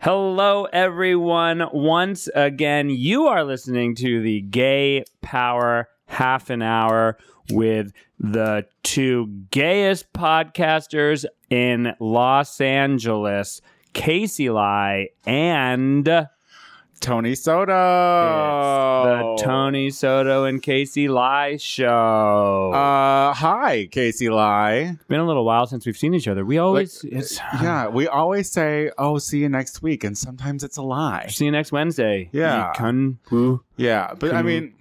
Hello, everyone. Once again, you are listening to the Gay Power Half an Hour with the two gayest podcasters in Los Angeles, Casey Lai and Tony Soto. Oh. it's the Tony Soto and Casey Lai show. Uh, hi, Casey Lai. it's been a little while since we've seen each other. We always it's Yeah, we always say, "Oh, see you next week," and sometimes it's a lie. uh, see you next Wednesday. Yeah. You can- woo. Yeah, but I Can- mean,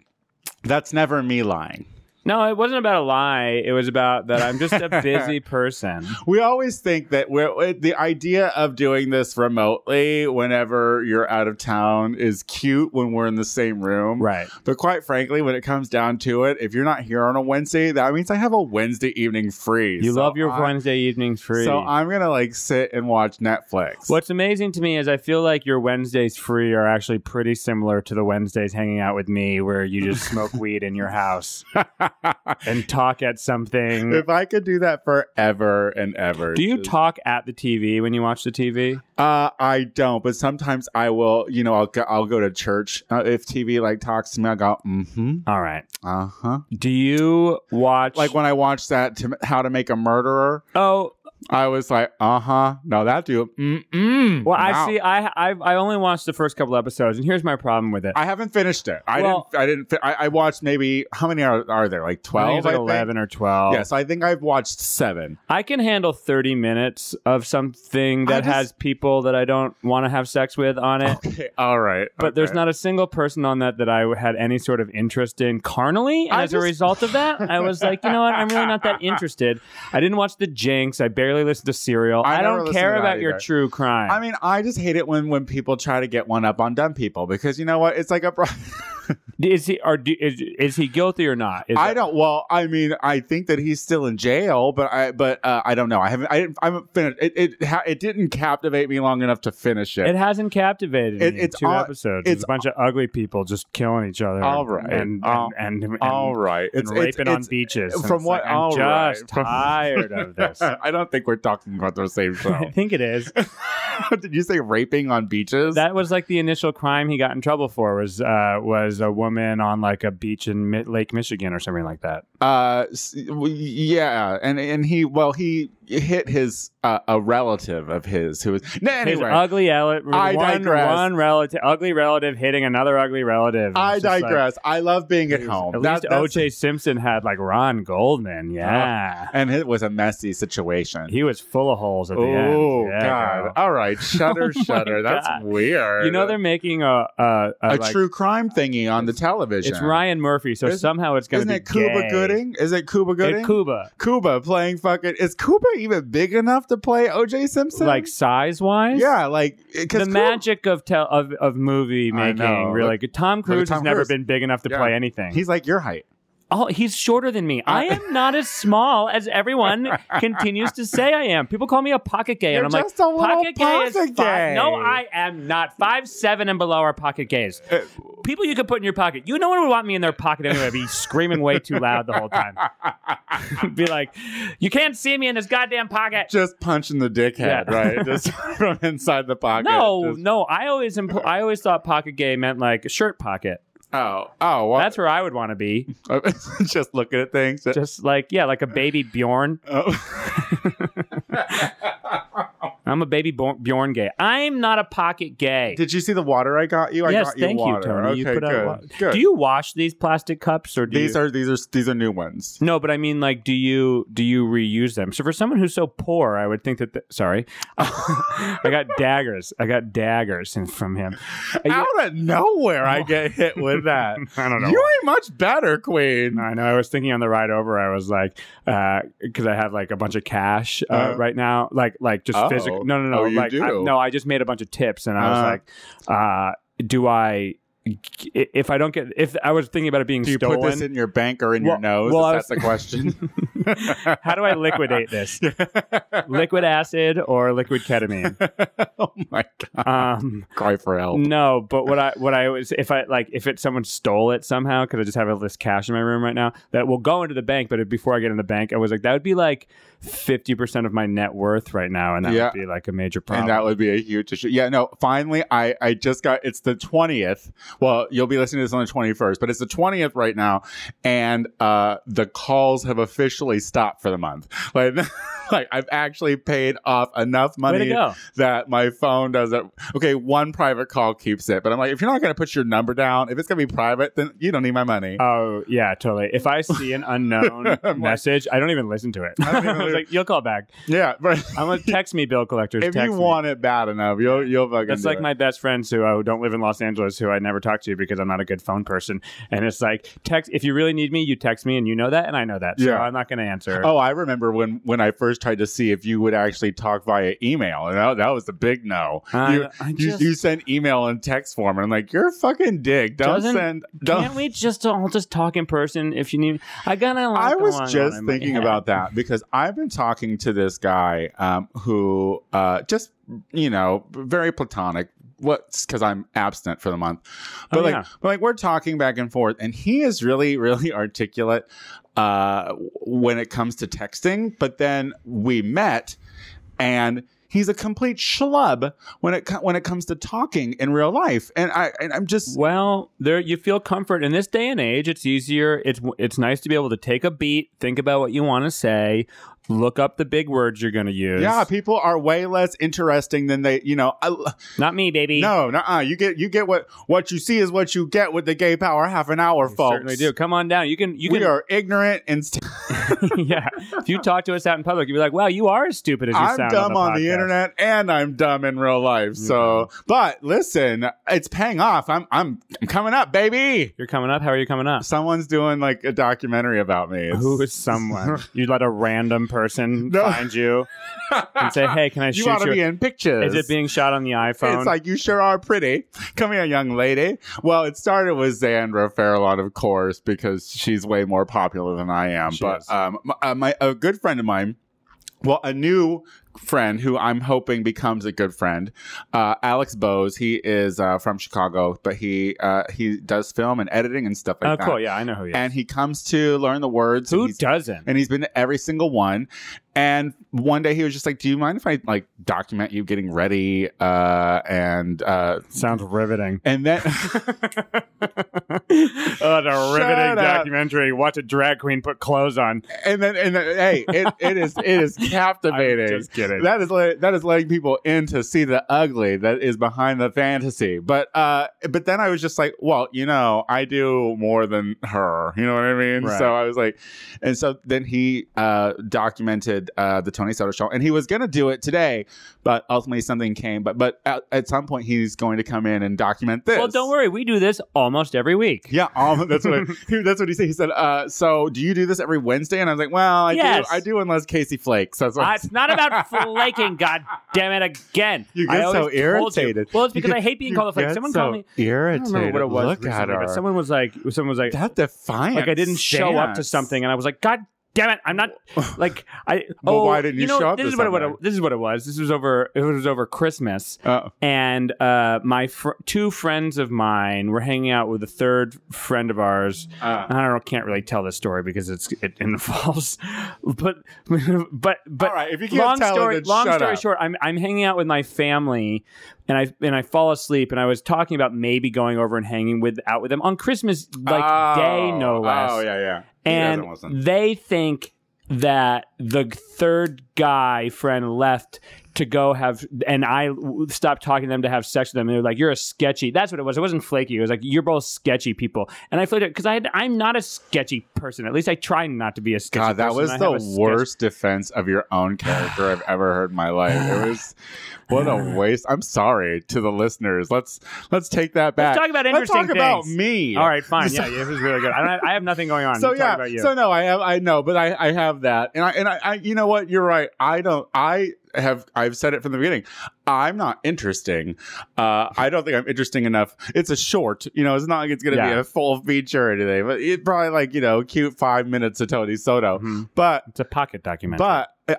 that's never me lying. No, it wasn't about a lie. It was about that I'm just a busy person. We always think that we're the idea of doing this remotely whenever you're out of town is cute when we're in the same room. Right. But quite frankly, when it comes down to it, if you're not here on a Wednesday, that means I have a Wednesday evening free. You So love your I- Wednesday evenings free. So I'm gonna like sit and watch Netflix. What's amazing to me is I feel like your Wednesdays free are actually pretty similar to the Wednesdays hanging out with me where you just smoke weed in your house and talk at something. if I could do that forever and ever. Mm. Do you just- talk at the TV when you watch the TV? Uh, I don't, but sometimes I will. You know, I'll go, I'll go to church uh, if TV like talks to me. I go, mm-hmm, All right. uh huh. Do you watch Like when I watched that to, How to Make a Murderer, Oh, I was like, uh huh. No, that dude. Mm-mm. well I Wow. see I I I only watched the first couple episodes and here's my problem with it. I haven't finished it. I Well- didn't. I didn't. fi- I, I watched maybe how many are, are there? Like I think twelve. it's like I think? 11 or 12. Yes, I think I've watched seven. I can handle 30 minutes of something that I just- has people that I don't want to have sex with on it. Okay, all right. But there's okay. not a single person on that that I had any sort of interest in carnally. And I as a just- result of that, I was like, you know what? I'm really not that interested. I didn't watch The Jinx. I barely listened to Serial. I I, never don't listened care to that about your either. true crime. I mean, I just hate it when when people try to get one up on dumb people because you know what? It's like a. Bro- is he or do, is, is he guilty or not? Is I it- don't. Well, I mean, I think that he's still in jail, but I but uh, I don't know. I haven't. I didn't. I'm finished. It it, ha- it didn't captivate me long enough to finish it. It hasn't captivated It- me. it's two all- episodes. It's, it's- a bunch of ugly people just killing each other. All right. And All- and, and, and, All right, and raping on beaches. And from it's what- like, I'm all right. just From- tired of this. I don't think we're talking about the same I show. think it is. Did you say raping on beaches? That was like the initial crime he got in trouble for was uh, was a woman on like a beach in Mi- Lake Michigan or something like that. uh, s- w- yeah, and and he well he hit his uh, a relative of his who was no His anyway. ugly ele- I one, digress. one relative, ugly relative hitting another ugly relative. I It's just like, digress. I love being at geez, home. At That- least that's- O.J. Simpson had like Ron Goldman. Yeah, and it was a messy situation. he was full of holes at the end. Oh Yeah, God! girl. All right, shudder, Oh, my shudder. That's God. weird. You know they're making a a, a like- true crime thingy on the television. It's Ryan Murphy, so Isn't- somehow it's going to Isn't be it Cuba gay. Gooding? Is it Cuba Hey, Gooding? Cuba. Cuba playing fucking. Is Cuba even big enough to play O.J. Simpson? like size wise. yeah, like uh, The because magic of tel- of of movie I making, know. really Look- good. Tom at Cruise Tom has never Cruise. been big enough to Yeah. play anything. He's like your height. oh, he's shorter than me. I am not as small as everyone continues to say I am. People call me a pocket gay, You're and I'm just a like, little pocket gay is Five. pocket gay. No, I am not. Five seven and below are pocket gays. Uh, People you could put in your pocket. You no one would want me in their pocket anyway. I'd be screaming way too loud the whole time. be like, you can't see me in this goddamn pocket. Just punching the dickhead, Yeah. right? Just from inside the pocket. No, Just- no. I always impl- I always thought pocket gay meant like a shirt pocket. oh, oh, well, That's where I would want to be. just looking at things. Just like yeah, like a baby Bjorn. Oh. I'm a baby Bo- Bjorn gay. I'm not a pocket gay. Did you see the water I got you? I yes, got thank you, water. Tony. Okay, you put good. out. wa- good. Do you wash these plastic cups or do these you? are these are these are new ones. no, but I mean, like, do you do you reuse them? So for someone who's so poor, I would think that. The, sorry, I got daggers. I got daggers in- from him. Uh, yeah, Out of nowhere, I get hit with that. I don't know. You ain't much better, Queen. I know. I was thinking on the ride over. I was like, because I have like a bunch of cash uh, Uh. right now, like like just Oh. physical. No, no, no. Oh, you like I, do? Uh-huh. no, I just made a bunch of tips, and I was Uh. like, uh, do I if I don't get if I was thinking about it being Do you stolen, put this in your bank or in Well- your nose? well, I Is that the question? how do I liquidate this? liquid acid or liquid ketamine? oh my god! Um, Cry for help. no, but what I what I was if I like if it someone stole it somehow because I just have all this cash in my room right now that will go into the bank. But before I get in the bank, I was like that would be like fifty percent of my net worth right now, and that Yeah. would be like a major problem. And that would be a huge issue. Yeah, no, finally, I, I just got it's the 20th. Well, you'll be listening to this on the 21st, but it's the 20th right now. And uh, the calls have officially stopped for the month. Like, like I've actually paid off enough Way to money go! that my phone doesn't. Okay, one private call keeps it. But I'm like, if you're not going to put your number down, if it's going to be private, then you don't need my money. Oh yeah, totally. If I see an unknown I'm like- message, I don't even listen to it. I I, don't even was listen- like, you'll call back. yeah, but I'm gonna text me, bill collectors. if text you me. want it bad enough, you'll, you'll fucking That's do like it. my best friends who I don't live in Los Angeles who I never talk to because I'm not a good phone person. And it's like text if you really need me, you text me and you know that and I know that. So Yeah. I'm not gonna answer. Oh, I remember when when I first tried to see if you would actually talk via email, and that, that was the big no. I- you, I you, just- you send email in text form, and I'm like, you're a fucking dick. Don't Doesn't- send. Can't Don't. we just all just talk in person if you need I got a lot I going on was just in my thinking head. about that because I've been talking to this guy um, who uh, just you know very platonic. What's because I'm abstent for the month, but Oh, like yeah. but like we're talking back and forth, and he is really really articulate uh, w- when it comes to texting. But then we met, and he's a complete schlub when it co- when it comes to talking in real life. And I and I'm just Well, there you feel comfort in this day and age. It's easier. It's it's nice to be able to take a beat, think about what you want to say, look up the big words you're going to use. yeah, people are way less interesting than they you know. I, not me, baby. No, no, uh, you get you get what what you see is what you get with the gay power half an hour, You folks. certainly do. Come on down. You can you we can are ignorant and st- yeah. If you talk to us out in public, you'd be like, "Wow, you are as stupid as you I'm sound." dumb on the, podcast." internet and I'm dumb in real life. So, but listen, it's paying off. I'm I'm I'm coming up, baby. You're coming up. How are you coming up? Someone's doing like a documentary about me. It's- Who is someone? you let a random person No. find you and say, "Hey, can I you shoot ought to you?" be in pictures. is it being shot on the iPhone? It's like you sure are pretty. Come here, young lady. Well, it started with Zandra Farallon, of course, because she's way more popular than I am. She but is. um, my, uh, my a good friend of mine, well, a new friend who I'm hoping becomes a good friend, uh, Alex Bowes. He is uh, from Chicago, but he uh, he does film and editing and stuff like oh, that. cool. Yeah, I know who you. Are. And he comes to learn the words. and Who he's- doesn't? and he's been to every single one and one day he was just like do you mind if i like document you getting ready uh and uh Sounds riveting. and then oh, the Shut riveting up. documentary. Watch a drag queen put clothes on. and then and then hey it, it is it is I'm captivating just kidding. that is le- that is letting people in to see the ugly that is behind the fantasy but uh but then i was just like well you know i do more than her you know what i mean Right. so i was like and so then he uh documented uh the tony soto show and he was gonna do it today but ultimately something came but but at, at some point he's going to come in and document this well, don't worry. We do this almost every week. yeah, um, that's what I, that's what he said. He said, uh, "So, do you do this every Wednesday?" And I was like, "Well, I Yes. do. I do unless Casey flakes." That's what Uh, it's not about flaking, god damn it, again. You get I always so told you. irritated. Well, it's because You I hate being You called a flake. get Someone so called me. I irritated. don't remember what it was. Look at recently, her. But someone was like, someone was like, that defiant. like I didn't show up to stance. something, and I was like, God damn it, I'm not like I. Well, oh, why didn't you know, show up This to is what, it- what it, something? this is what it was. This was over. It was over Christmas, Uh, and uh, my fr- two friends of mine were hanging out with a third friend of ours. uh, I don't know. Can't really tell this story because it's it involves, but but but all right, if you can't long tell, story it, then long shut story up. short I'm, I'm hanging out with my family and i and i fall asleep and i was talking about maybe going over and hanging with out with them on christmas like Oh, day no less Oh yeah, yeah. He doesn't listen. and they think that the third guy friend left to go have and i w- stopped talking to them to have sex with them and they were like you're a sketchy that's what it was it wasn't flaky it was like you're both sketchy people and i flaked it because i had, i'm not a sketchy person at least i try not to be a sketchy God, that person. was I the have a sketch- worst defense of your own character I've ever heard in my life. It was what a waste. I'm sorry to the listeners. Let's let's take that back. let's talk about Let's interesting talk about things. me. All right, fine. So- Yeah, yeah, this is really good. I don't have, I have nothing going on. So You talk yeah, about you. so no, I have I know, but I I have that, and I and I, I you know what, you're right. I don't I have I've said it from the beginning. I'm not interesting. Uh, I don't think I'm interesting enough. It's a short, you know. It's not like it's going to Yeah. be a full feature or anything. But it probably like you know, cute five minutes of Tony Soto. Mhm. But It's a pocket documentary. but uh,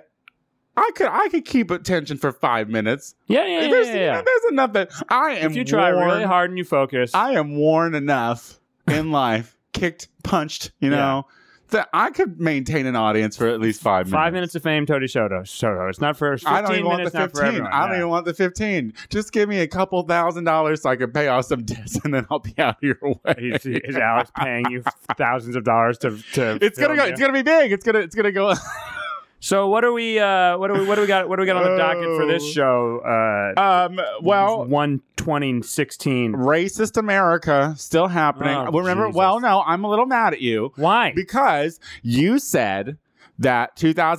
I could I could keep attention for five minutes. yeah, yeah, yeah. there's, yeah, yeah. there's enough that I am. If you try worn- really hard and you focus, I am worn enough in life, kicked, punched, you Yeah. know, that I could maintain an audience for at least five minutes. five minutes of fame, Tony Soto. Soto. It's not for 15 I don't even want the minutes, not for 15. everyone. I don't Yeah. even want the 15. Just give me a couple thousand dollars so I can pay off some debts and then I'll be out of your way. Is, is Alex paying you thousands of dollars to to? It's gonna film go. you? It's gonna be big. It's gonna. It's gonna go. so what are we? Uh, what do we? What do we got? What do we got on the docket for this Oh. show? Uh, Um. Well, one twenty sixteen. racist America still happening. Oh, Remember? Jesus. Well, no. I'm a little mad at you. Why? because you said that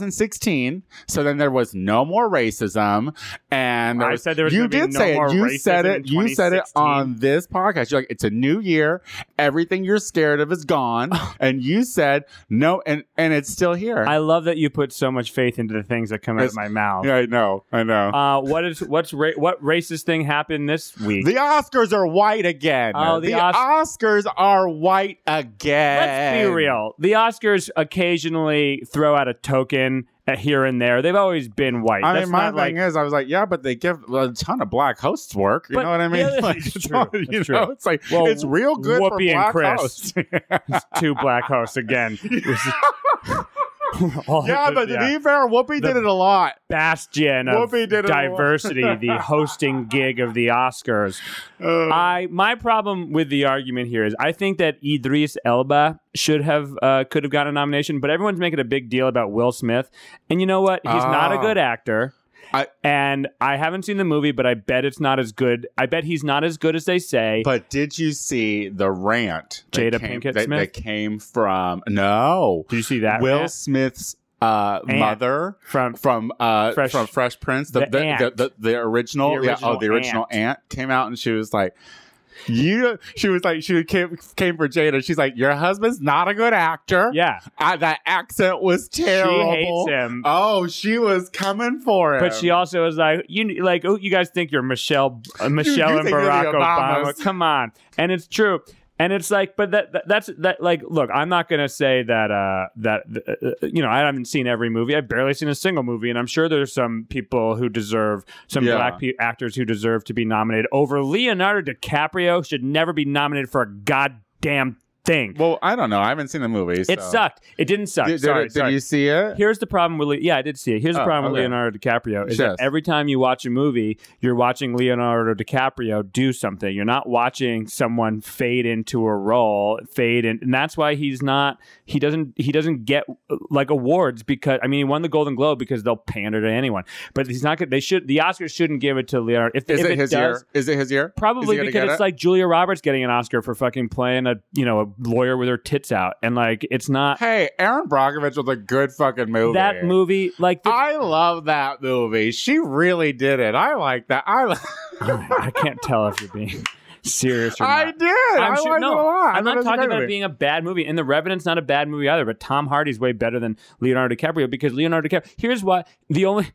2016 so then there was no more racism and there I was- said there was you gonna be did no say more it you racism said it in you said it 2016. on this podcast you're like it's a new year everything you're scared of is gone and you said no and and it's still here I love that you put so much faith into the things that come out of It's- my mouth. yeah, i know i know Uh, what is what's ra- what racist thing happened this week? the Oscars are white again. Oh, the Os- Oscars are white again. Let's be real. The Oscars occasionally throw out a token uh, here and there. They've always been white. I That's mean, my not like thing is, I was like, yeah, but they give a ton of black hosts work. You But- know what I mean? yeah, that's like, true. it's all- That's you true. know, it's like Well, it's real good for Whoopi and black Chris. hosts. two black hosts again. All yeah, the- but to yeah. be fair, Whoopi The- did it a lot. bastion of Whoopi did it a lot. diversity, the hosting gig of the Oscars. Uh, I my problem with the argument here is I think that Idris Elba should have uh, could have gotten a nomination, but everyone's making a big deal about Will Smith, and you know what? He's not a Ah. good actor. I- and I haven't seen the movie, but I bet it's not as good. I bet he's not as good as they say. but did you see the rant that Jada came, Pinkett that, Smith? that came from no Did you see that Will rant Smith's uh, Aunt. mother from? from uh, Fresh- from Fresh Prince? The the the, the, aunt. the- the original, The yeah, oh, the original original aunt. came out and she was like. You, she was like, she came, came for Jada. She's like, your husband's not a good actor. Yeah, I, that accent was terrible. she hates him. Oh, she was coming for him. But she also was like, you like, oh, you guys think you're Michelle, uh, Michelle Um, you and think you're the Barack Obama? Obamas. Come on, and it's true. And it's like, but that, that that's that like, look, I'm not gonna say that uh that uh, uh, you know I haven't seen every movie. I've barely seen a single movie, and I'm sure there's some people who deserve some Yeah. black pe- actors who deserve to be nominated over Leonardo DiCaprio should never be nominated for a goddamn thing. well, I don't know. I haven't seen the movie. it so- sucked. It didn't suck. Did, did- sorry, did sorry. you see it? Here's the problem with Le- yeah, I did see it. Here's the Oh, problem with okay. Leonardo DiCaprio is Yes. that every time you watch a movie, you're watching Leonardo DiCaprio do something. You're not watching someone fade into a role, fade in, and that's why he's not. He doesn't. He doesn't get uh, like awards because I mean, he won the Golden Globe because they'll pander to anyone. But he's not. gonna- They should. The Oscars shouldn't give it to Leonardo. If, Is if it, it his does, year? Is it his year? Probably Is he gonna because get it's it? like Julia Roberts getting an Oscar for fucking playing a you know a lawyer with her tits out, and like it's not Hey, Aaron Brockovich was a good fucking movie. Uh, that movie. Like the, I love that movie. She really did it. I like that. I li- I can't tell if you're being serious or I not. did. i sure- liked no, it a lot. I I'm thought it not was a talking great about it movie. being a bad movie, and The Revenant's not a bad movie either. But Tom Hardy's way better than Leonardo DiCaprio because Leonardo DiCaprio. Here's what the only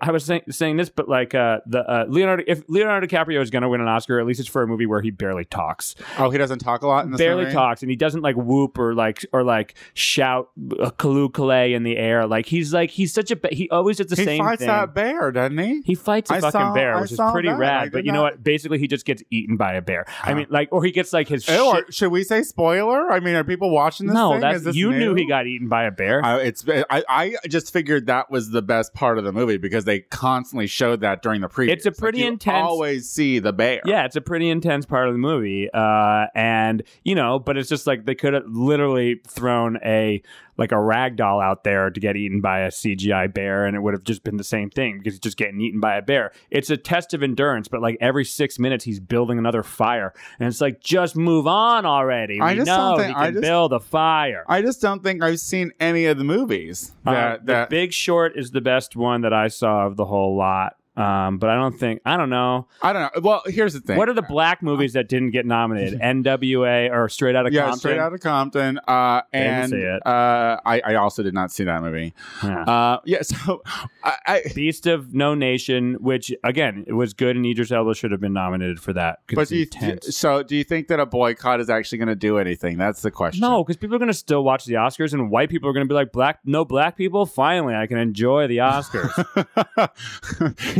I was saying, saying this, but like uh, the uh, Leonardo, if Leonardo DiCaprio is going to win an Oscar, at least it's for a movie where he barely talks Oh, he doesn't talk a lot in this barely movie? talks and he doesn't like whoop or like or like shout uh, kalu Kalay in the air like he's like he's such a ba- he always does the He same fights thing that bear, doesn't he? he fights a I fucking saw- bear, I which is saw pretty that. I rad. did But you know not- what? Basically, he just gets eaten by a bear. I Huh. mean, like, or he gets like his Ew, shit. are- should we say spoiler? I mean, are people watching this? No, thing? that's Is this you knew new? he got eaten by a bear. I, it's I, I just figured that was the best part of the movie because they constantly showed that during the preview. It's a pretty intense- Always see the bear. yeah, it's a pretty intense part of the movie, uh, and you know, but it's just like they could have literally thrown a like a rag doll out there to get eaten by a CGI bear, and it would have just been the same thing because it's just getting eaten by a bear. It's a test of endurance, but like every six minutes, he's building another fire, and it's like just move on already. I we just know don't he think- can I just- build a fire. I just don't think I've seen any of the movies Uh, that the that. Big Short is the best one that I saw of the whole lot. Um, but I don't think I don't know. I don't know. Well, here's the thing. What are the black movies that didn't get nominated? NWA or Straight Outta yeah, Compton? straight out of Compton. Uh, didn't and see it. Uh, I, I also did not see that movie. Yeah. Uh, yeah, so I, I Beast of No Nation, which again it was good, and Idris Elba should have been nominated for that. 'cause but it's do you, intense. so do you think that a boycott is actually going to do anything? That's the question. No, because people are going to still watch the Oscars, and white people are going to be like, "Black, no black people. Finally, I can enjoy the Oscars."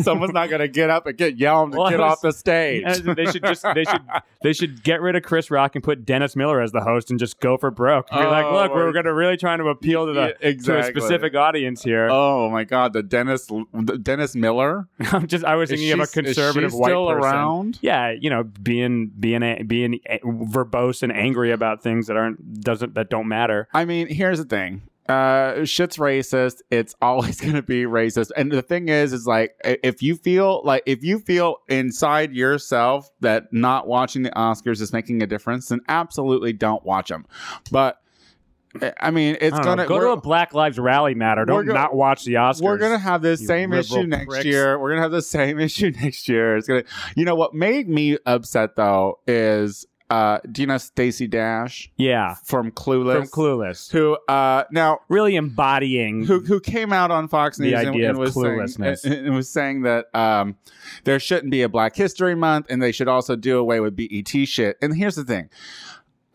Someone's not going to get up and get yelled Well, and get I was- off the stage. And they should just they should they should get rid of Chris Rock and put Dennis Miller as the host, and just go for broke. Be like, Oh, "Look, we're or- going to really trying to appeal to the Yeah, exactly. to a specific audience here." Oh my God, the Dennis the Dennis Miller. I'm just I was Is thinking of a she- is she conservative white still person. around? Yeah, you know, being being a- being a- verbose and angry about things that aren't doesn't that don't matter. I mean, here's the thing. Uh, shit's racist. It's always going to be racist. And the thing is, is like, i- if you feel like, if you feel inside yourself that not watching the Oscars is making a difference, then absolutely don't watch them. But I- I mean, it's I don't going know. go to we're- a Black Lives Rally matter. we're Don't go- not watch the Oscars. We're gonna have this you same liberal issue next pricks. year. We're gonna have the same issue next year. It's gonna, you know, what made me upset though is, uh, do you know Stacey Dash yeah from Clueless? from Clueless. who uh now Really embodying who who came out on Fox The News and, idea and of was saying, cluelessness. and, and was saying that um, there shouldn't be a Black History Month and they should also do away with BET shit. And here's the thing.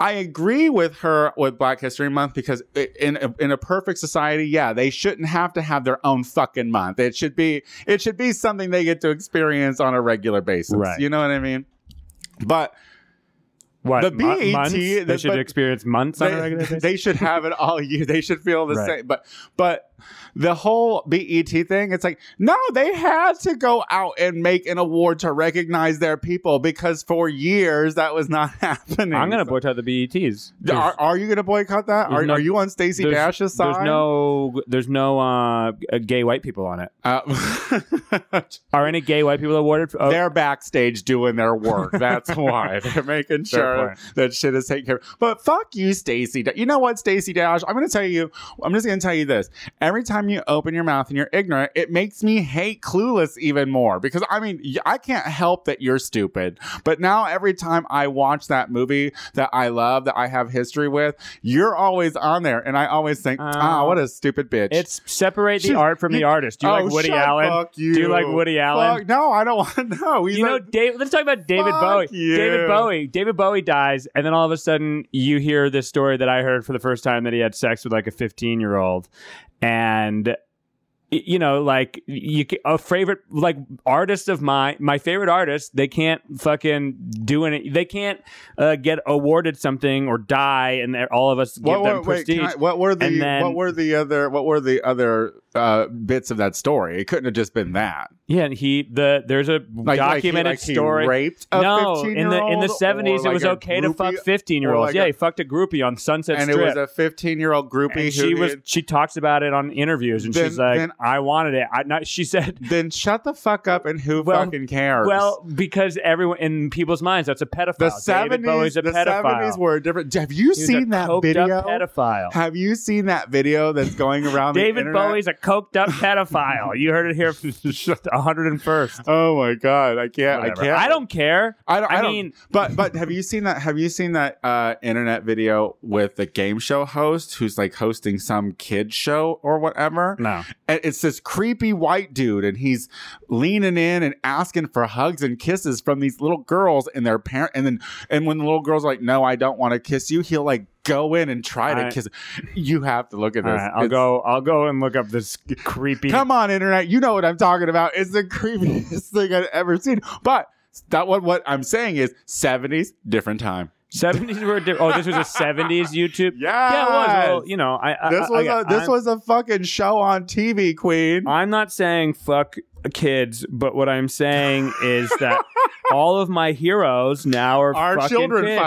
I agree with her with Black History Month because i- in a, in a perfect society, yeah, they shouldn't have to have their own fucking month. It should be it should be something they get to experience on a regular basis. Right. You know what I mean? But what the mo- BET months? the- they should but- experience months on a they, regular basis. they should have it all year. They should feel the Right. same. But but the whole BET thing, it's like no, they had to go out and make an award to recognize their people because for years that was not happening. I'm gonna So- boycott the E BETs. Are, are you gonna boycott that? There's Are, no- are you on Stacey there's- Dash's side? There's no there's no uh, gay white people on it. Uh, Are any gay white people awarded? For, oh, They're backstage doing their work. That's why they're making sure point. that shit is taken care of. But fuck you, Stacey. Da- You know what, Stacey Dash? I'm going to tell you. I'm just going to tell you this. Every time you open your mouth and you're ignorant, it makes me hate Clueless even more because I mean y- I can't help that you're stupid. But now every time I watch that movie that I love that I have history with, you're always on there, and I always think, Oh. ah, what a stupid bitch. It's separate the She's- art from the you- artist. Do you Oh, like Woody shut Allen? fuck you. Do you like Woody Allen? Fuck, no, I don't want to know. He's you know, like- Dave, let's talk about David Fuck Bowie. you. David Bowie. David Bowie dies, and then all of a sudden, you hear this story that I heard for the first time that he had sex with like a 15 year old, and y- you know, like you ca- a favorite like artist of mine, my favorite artist, they can't fucking do any. They can't uh, get awarded something or die, and they're- all of us give what them were, wait, prestige. can I- what were the And then- what were the other what were the other uh, bits of that story? It couldn't have just been that. yeah, and he the there's a Like, like he- documented like he story. raped a no, 15 in the in the seventies, it was okay to fuck fifteen year olds. like yeah, a- he fucked a groupie on Sunset and Strip. it was a 15 year old groupie who and she was she talks about it on interviews, and Then- she's like, then- "I wanted it." I not. She said, then shut the fuck up and who Well- fucking cares? "Well, because everyone in people's minds, that's a pedophile. the David Bowie's seventies a the pedophile. seventies were a different. Have you He was a seen that coked video? Up pedophile. Have you seen that video that's going around? the David internet? Bowie's a coked up pedophile. You heard it here, hundred and first. Oh my god, I can't. I can't. I don't care. I don't. I, I don't- mean- but but have you seen that? Have you seen that uh, internet video with the game show host who's like hosting some kid show or whatever? No, And it's this creepy white dude, and he's leaning in and asking for hugs and kisses from these little girls and their parent. And then and when the little girl's like, "No, I don't want to kiss you," he'll like go in and try to I- kiss. You have to look at All this. right, I'll It's- go. I'll go and look up this creepy. Come on, internet. You know what I'm talking about. It's the creepiest thing I've ever seen. But that what what I'm saying is 70s, different time. Seventies were different. Oh, this was a seventies YouTube. Yes. Yeah, it was. Well, you know, I, I this was I, a this I'm- was a fucking show on TV, Queen. I'm not saying fuck kids, but what I'm saying is that all of my heroes now are Our fucking children kids.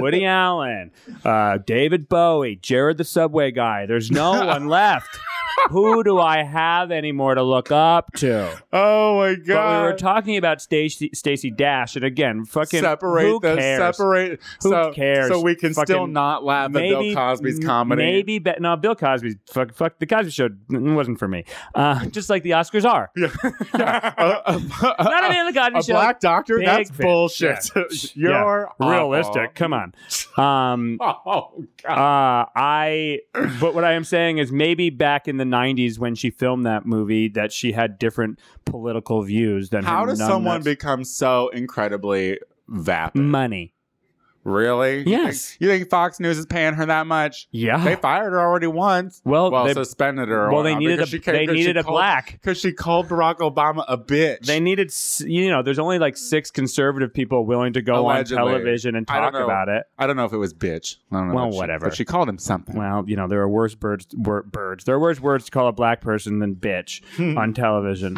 Woody Allen, uh, David Bowie, Jared the Subway guy. There's no one left. who do I have anymore to look up to? Oh my But we were god. talking about Stacy Stacy Dash, and again, fucking separate who the cares? separate Who so, cares? so we can still Fucking- not laugh at Bill Cosby's comedy. Maybe be- no, Bill Cosby's fuck, fuck the Cosby Show wasn't for me. Uh, just like the Oscars are. a, a- Not a fan of the Cosby a Show. black doctor? Big That's fan. bullshit. Yeah. You're Realistic. Come on. Um, awful. Oh uh, god. I. But what I am saying is maybe back in the '90s when she filmed that movie, that she had different political views than How her does someone numbnuts. become so incredibly vapid? money? really? Yes. You think Fox News is paying her that much? Yeah. They fired her already once. well, Well, they, suspended her. well, they needed a they needed a black. because she called Barack Obama a bitch. They needed, s- you know, there's only like six conservative people willing to go Allegedly. on television and I don't talk know. about it. I don't know if it was bitch. I don't know. Well, if she- whatever. But she called him something. Well, you know, there are worse birds. Wor- birds. There are worse words to call a black person than bitch Hmm. on television.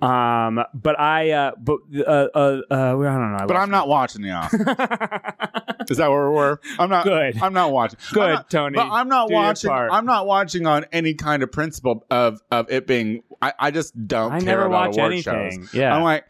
um, but I, uh, but uh, uh, uh, I don't know. I but lost I'm not watching the Oscars. Is that where we're? I'm not. Good. I'm not watching. I'm Good, not- Tony. But I'm not Do your watching. part. I'm not watching on any kind of principle of of it being. I, I just don't I care never about watch award anything. shows. Yeah. I'm like,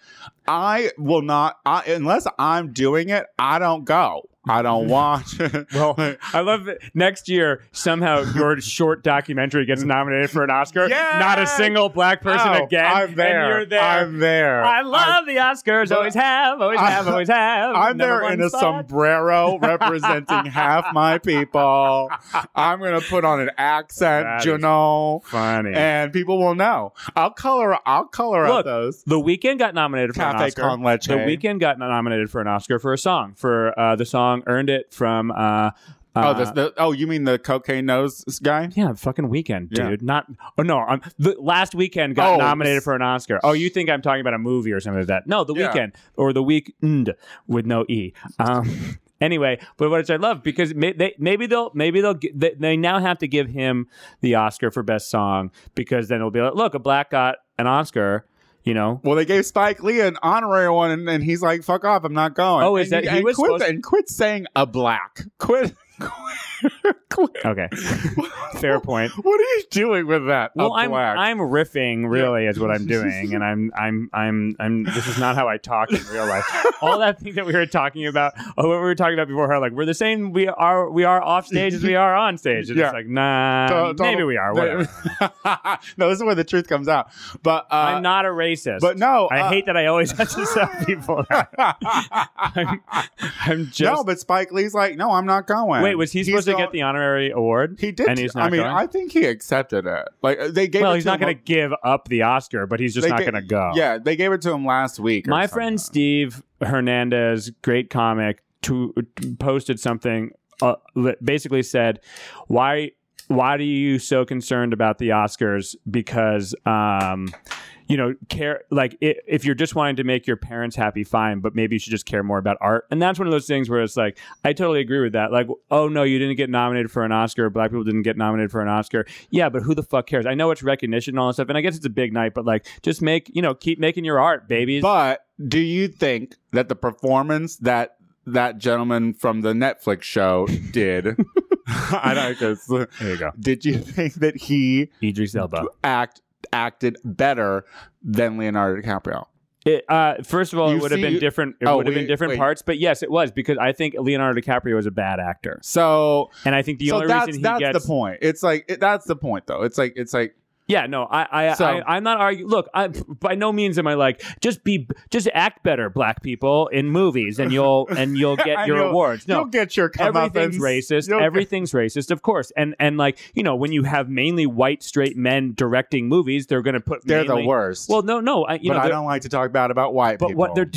I will not. I, unless I'm doing it, I don't go. I don't watch. it. well, I love that next year somehow your short documentary gets nominated for an Oscar. Yay! Not a single black person Oh, again. I'm there. And you're there. I'm there. I love the Oscars. But- Always have, always I- have, always have. I'm Number there one in a spot. sombrero representing half my people. I'm going to put on an accent, That you is know, Funny. and people will know. I'll color I'll color out Look, those. the weekend got nominated for an Cafe Oscar. con leche. The weekend got nominated for an Oscar for a song for uh, the song "Earned It" from. Uh, uh, oh, this, the, oh, you mean the cocaine nose guy? yeah, fucking weekend, Yeah. dude. Not oh no, I'm, the last weekend got Oh, nominated s- for an Oscar. Oh, you think I'm talking about a movie or something like that? No, the Yeah. weekend or the weekend with no e. Um, anyway, but what I love because may, they, maybe they'll maybe they'll gi- they, they now have to give him the Oscar for best song because then it'll be like, look, a black got an Oscar, you know. Well, they gave Spike Lee an honorary one, and, and he's like, "Fuck off, I'm not going." Oh, is And that- he and was quit supposed- and quit saying a black. Quit. quit. Okay, fair point. What are you doing with that? Well, a I'm black. I'm riffing really is what I'm doing, and I'm I'm I'm I'm. This is not how I talk in real life. All that thing that we were talking about, or what we were talking about before, how like we're the same. We are we are off stage as we are on stage. And Yeah. It's like nah, Don't- don't- maybe we are. Whatever. no, this is where the truth comes out. But uh, I'm not a racist. but no, I uh, hate that I always have to tell people. That. I'm, I'm just. no, but Spike Lee's like, no, I'm not going. Wait, was he He's supposed to going- get the honorary award? He did. and he's I not mean, going? I think he accepted it. Like they gave. Well, it he's to not him- going to give up the Oscar, but he's just They not ga- going to go. Yeah, they gave it to him last week. or My something. friend Steve Hernandez, great comic, to, posted something uh, that basically said, "Why, why are you so concerned about the Oscars? Because." Um, you know, care like i if you're just wanting to make your parents happy, fine, but maybe you should just care more about art. And that's one of those things where it's like, I totally agree with that. Like, oh no, you didn't get nominated for an Oscar. Black people didn't get nominated for an Oscar. Yeah, but who the fuck cares? I know it's recognition and all that stuff, and I guess it's a big night, but like, just make you know, keep making your art, babies. But do you think that the performance that that gentleman from the Netflix show did? I don't know. 'cause- There you go. Did you think that he Idris Elba. act acted better than Leonardo DiCaprio? It, uh, first of all, You it would have see- been different. It oh, would have wait, been different wait. parts, but yes, it was because I think Leonardo DiCaprio is a bad actor, So, and I think the so only that's reason he that's gets the point. It's like it, that's the point, though. It's like it's like yeah, no, I I, So- I I'm not arguing. Look, I by no means am I like just be just act better, black people in movies, and you'll and you'll get I your know. awards. No, you'll get your comeuppance. everything's racist You'll get- everything's racist of course and and like you know when you have mainly white straight men directing movies they're gonna put they're mainly, the worst. well no no I, you but know I they're- don't like to talk bad about white but people. what they're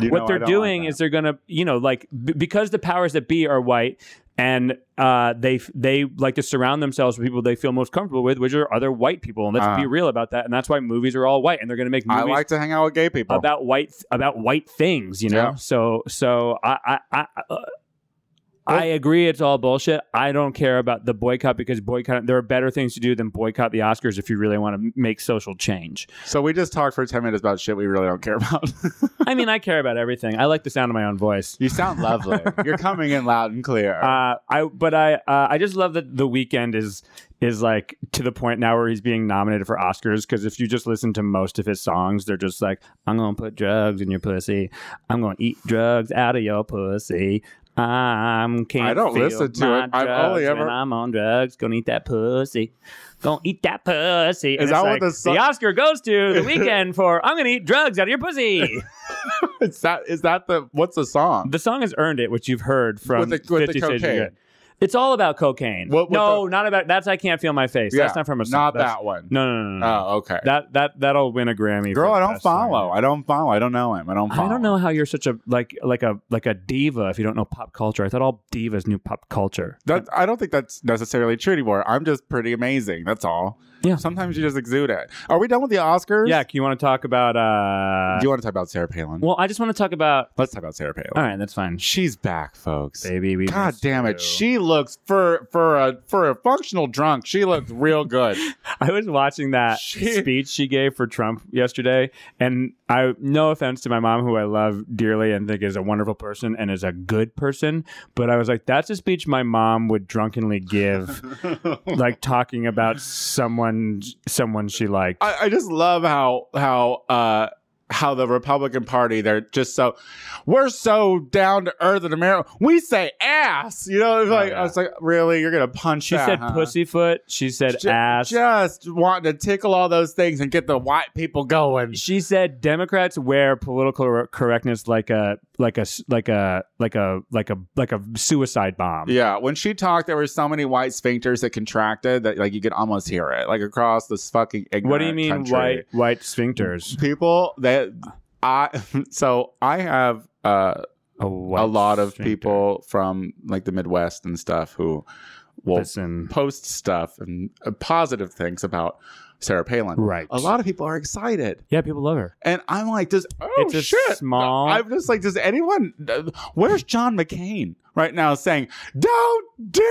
You know what I they're don't like doing that. is they're gonna you know like b- because the powers that be are white and uh, they f- they like to surround themselves with people they feel most comfortable with, which are other white people, and let's Uh-huh. be real about that. And that's why movies are all white, and they're gonna make I movies like to hang out with gay people. about white about white things, you know. Yeah. So so I I I. Uh, I agree it's all bullshit. I don't care about the boycott because boycott there are better things to do than boycott the Oscars if you really want to make social change. So we just talked for 10 minutes about shit we really don't care about. I mean, I care about everything. I like the sound of my own voice. you sound lovely. You're coming in loud and clear. Uh, I but I uh, I just love that the weekend is is like to the point now where he's being nominated for Oscars because if you just listen to most of his songs, they're just like, "I'm gonna put drugs in your pussy. I'm gonna eat drugs out of your pussy. I'm can't I don't feel listen to my it. I've drugs only when ever- I'm on drugs. Gonna eat that pussy. Gonna eat that pussy. And it's Is that what like, the song- the Oscar goes to the weekend for? I'm gonna eat drugs out of your pussy. is that is that the what's the song? The song has earned it, which you've heard from With the- with 50 the Shades of cocaine. Grey. It's all about cocaine. What- what no, not about. That's I can't feel my face. That's Yeah, not from a song. Not That's- that one. No, no, no, no. no. Oh, okay. That that that'll win a Grammy. for Girl, I don't best song. follow. I don't follow. I don't know him. I don't follow. I don't know how you're such a like like a like a diva if you don't know pop culture. I thought all divas knew pop culture. That, I don't think that's necessarily true anymore. I'm just pretty amazing. That's all. Yeah. Sometimes you just exude it. Are we done with the Oscars? yeah, you want to talk about? uh Do you want to talk about Sarah Palin? Well, uh, I just want to talk about. Let's talk about Sarah Palin. All right, that's fine. She's back, folks. Baby, we God miss damn it. you. She looks for for a for a functional drunk. She looks real good. I was watching that She- speech she gave for Trump yesterday, and I no offense to my mom, who I love dearly and think is a wonderful person and is a good person, but I was like, that's a speech my mom would drunkenly give, like talking about someone someone she liked. I, I just love how how uh how the Republican Party they're just so we're so down to earth in America. We say ass, you know. It's Oh, like yeah. I was like, really, you're gonna punch? she that, said huh? pussyfoot. She said Ju- ass. Just wanting to tickle all those things and get the white people going. she said Democrats wear political r- correctness like a like a s- like a like a like a like a suicide bomb. Yeah, when she talked, there were so many white sphincters that contracted that like you could almost hear it, like across this fucking. Ignorant What do you mean country. white white sphincters? people that I so I have uh, A, a white lot of sphincter. people from like the Midwest and stuff who will Listen, post stuff and uh, positive things about Sarah Palin. right? A lot of people are excited, Yeah, people love her. and I'm like, does oh it's a shit. small. I'm just like, does anyone? uh, Where's John McCain right now saying, "Don't do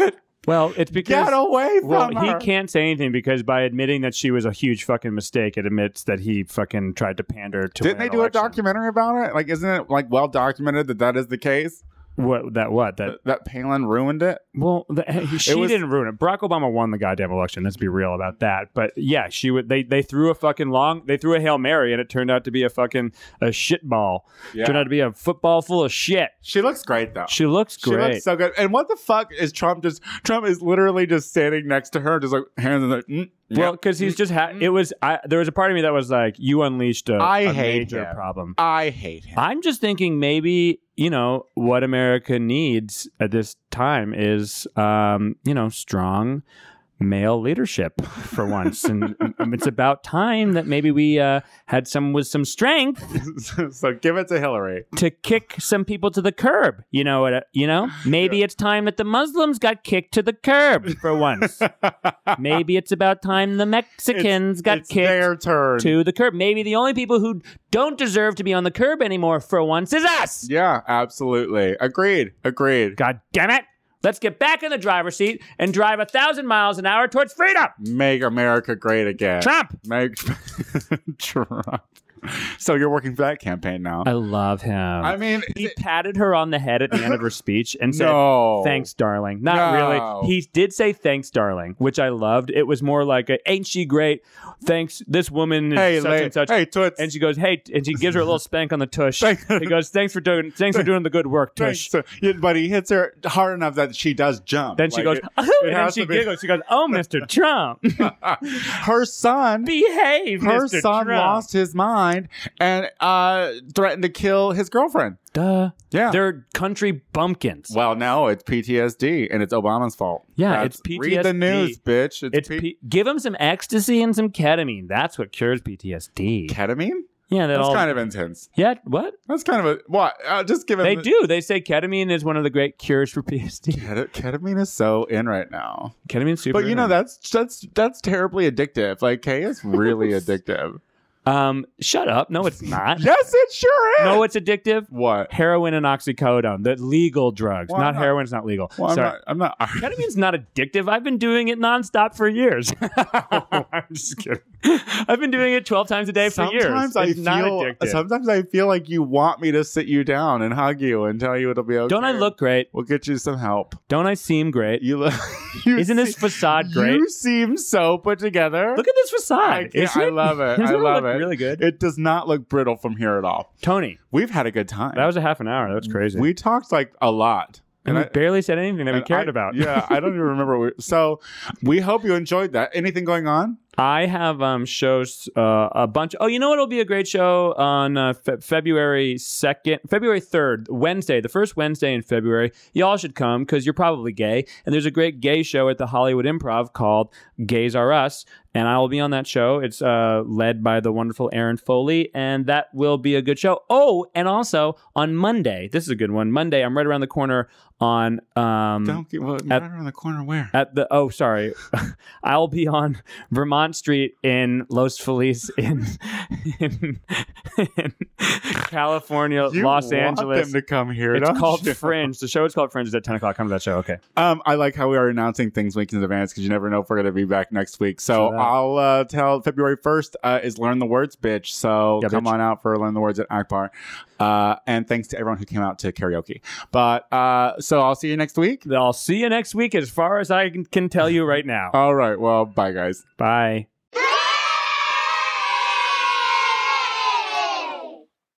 it, well, it's because get away from well, her"? he can't say anything because by admitting that she was a huge fucking mistake, it admits that he fucking tried to pander to. Didn't win they an do a election. documentary about it? Like, isn't it like well documented that that is the case? What that? What that? That, that Palin ruined it. Uh, Well, the, she was- didn't ruin it. Barack Obama won the goddamn election. Let's be real about that. But yeah, she would. They they threw a fucking long. They threw a hail mary, and it turned out to be a fucking a shit ball. Turned out to be a football full of shit. She looks great though. She looks She great. looks so good. And what the fuck is Trump just? Trump is literally just standing next to her, just like hands in the. Mm, Well, yep. Mm-hmm. because he's just ha- it was. I, there was a part of me that was like, you unleashed a, I a hate major him. problem. I hate him. I'm just thinking maybe you know what America needs at this time is um, you know strong male leadership for once, and um, it's about time that maybe we uh, had some with some strength so give it to Hillary. to kick some people to the curb. You know what? uh, You know, maybe it's time that the Muslims got kicked to the curb for once. maybe it's about time the Mexicans got it's kicked their turn. to the curb. Maybe the only people who don't deserve to be on the curb anymore for once is us. yeah, absolutely. Agreed. Agreed. God damn it. Let's get back in the driver's seat and drive a thousand miles an hour towards freedom. Make America great again. Trump. Make Trump. So you're working for that campaign now. I love him. I mean, he patted her on the head at the end of her speech and said, no. Thanks, darling. Not No. really. He did say thanks, darling, which I loved. It was more like, a, Ain't she great? Thanks. This woman is Hey, such la- and such. hey, toots. And she goes, Hey, and she gives her a little spank on the tush. Thank- he goes, Thanks for doing thanks for doing the good work, Thanks. Tush. So- yeah, but he hits her hard enough that she does jump. Then she Like, goes, it- "Oh," and then has she to be- giggles. She goes, "Oh, Mr. Trump, her son behave, her Mr. son Trump." lost his mind and uh threatened to kill his girlfriend Duh, yeah they're country bumpkins. well no it's ptsd and it's obama's fault Yeah, it's read the PTSD. news bitch it's, It's P- P- give him some ecstasy and some ketamine. That's what cures PTSD. ketamine yeah, that that's all. kind of intense yeah, what that's kind of a what uh, just give it they the- do? They say ketamine is one of the great cures for PTSD. Ket- ketamine is so in right now Ketamine, super. but you know that's that's that's terribly addictive like k is really addictive Um, shut up. No, it's not. Yes, it sure is. No, it's addictive. what? Heroin and oxycodone, the legal drugs. Well, not I'm not- heroin's not legal. Well, I'm Sorry. not. I'm not. Ketamine's not addictive. I've been doing it nonstop for years. I'm just kidding. I've been doing it 12 times a day for years. Sometimes I It's not feel. addictive. Sometimes I feel like you want me to sit you down and hug you and tell you it'll be okay. Don't I look great? We'll get you some help. Don't I seem great? You look. you Isn't this se- facade great? You seem so put together. Look at this facade. I, can't- Isn't I it- love it. I doesn't love look it. Really good. It does not look brittle from here at all. Tony, We've had a good time. that was a half an hour. That's crazy. we talked like a lot. and we I- barely said anything that we and cared I- about. yeah, I don't even remember. What we, so we hope you enjoyed that. Anything going on? I have um, shows uh, a bunch. Oh, you know what'll be a great show on uh, Fe- February second, February third, Wednesday, the first Wednesday in February. Y'all should come because you're probably gay, and there's a great gay show at the Hollywood Improv called Gays Are Us, and I will be on that show. It's uh, led by the wonderful Aaron Foley, and that will be a good show. Oh, and also on Monday, this is a good one. Monday, I'm right around the corner on. Um, Don't get well, right around the corner. Where? at the oh sorry i'll be on vermont street in los feliz in in, in california You los want angeles them to come here. it's don't called you? fringe the show is called fringe is at 10 o'clock come to that show okay Um, I like how we are announcing things weeks in advance because you never know if we're going to be back next week. So Shout out. I'll uh, tell February 1st uh, is Learn the Words, bitch. So Yeah, come bitch. on out for Learn the Words at Akbar. Uh, and thanks to everyone who came out to karaoke. But uh, so I'll see you next week. i'll see you next week as far as i can- can tell you right now All right. Well, bye, guys. bye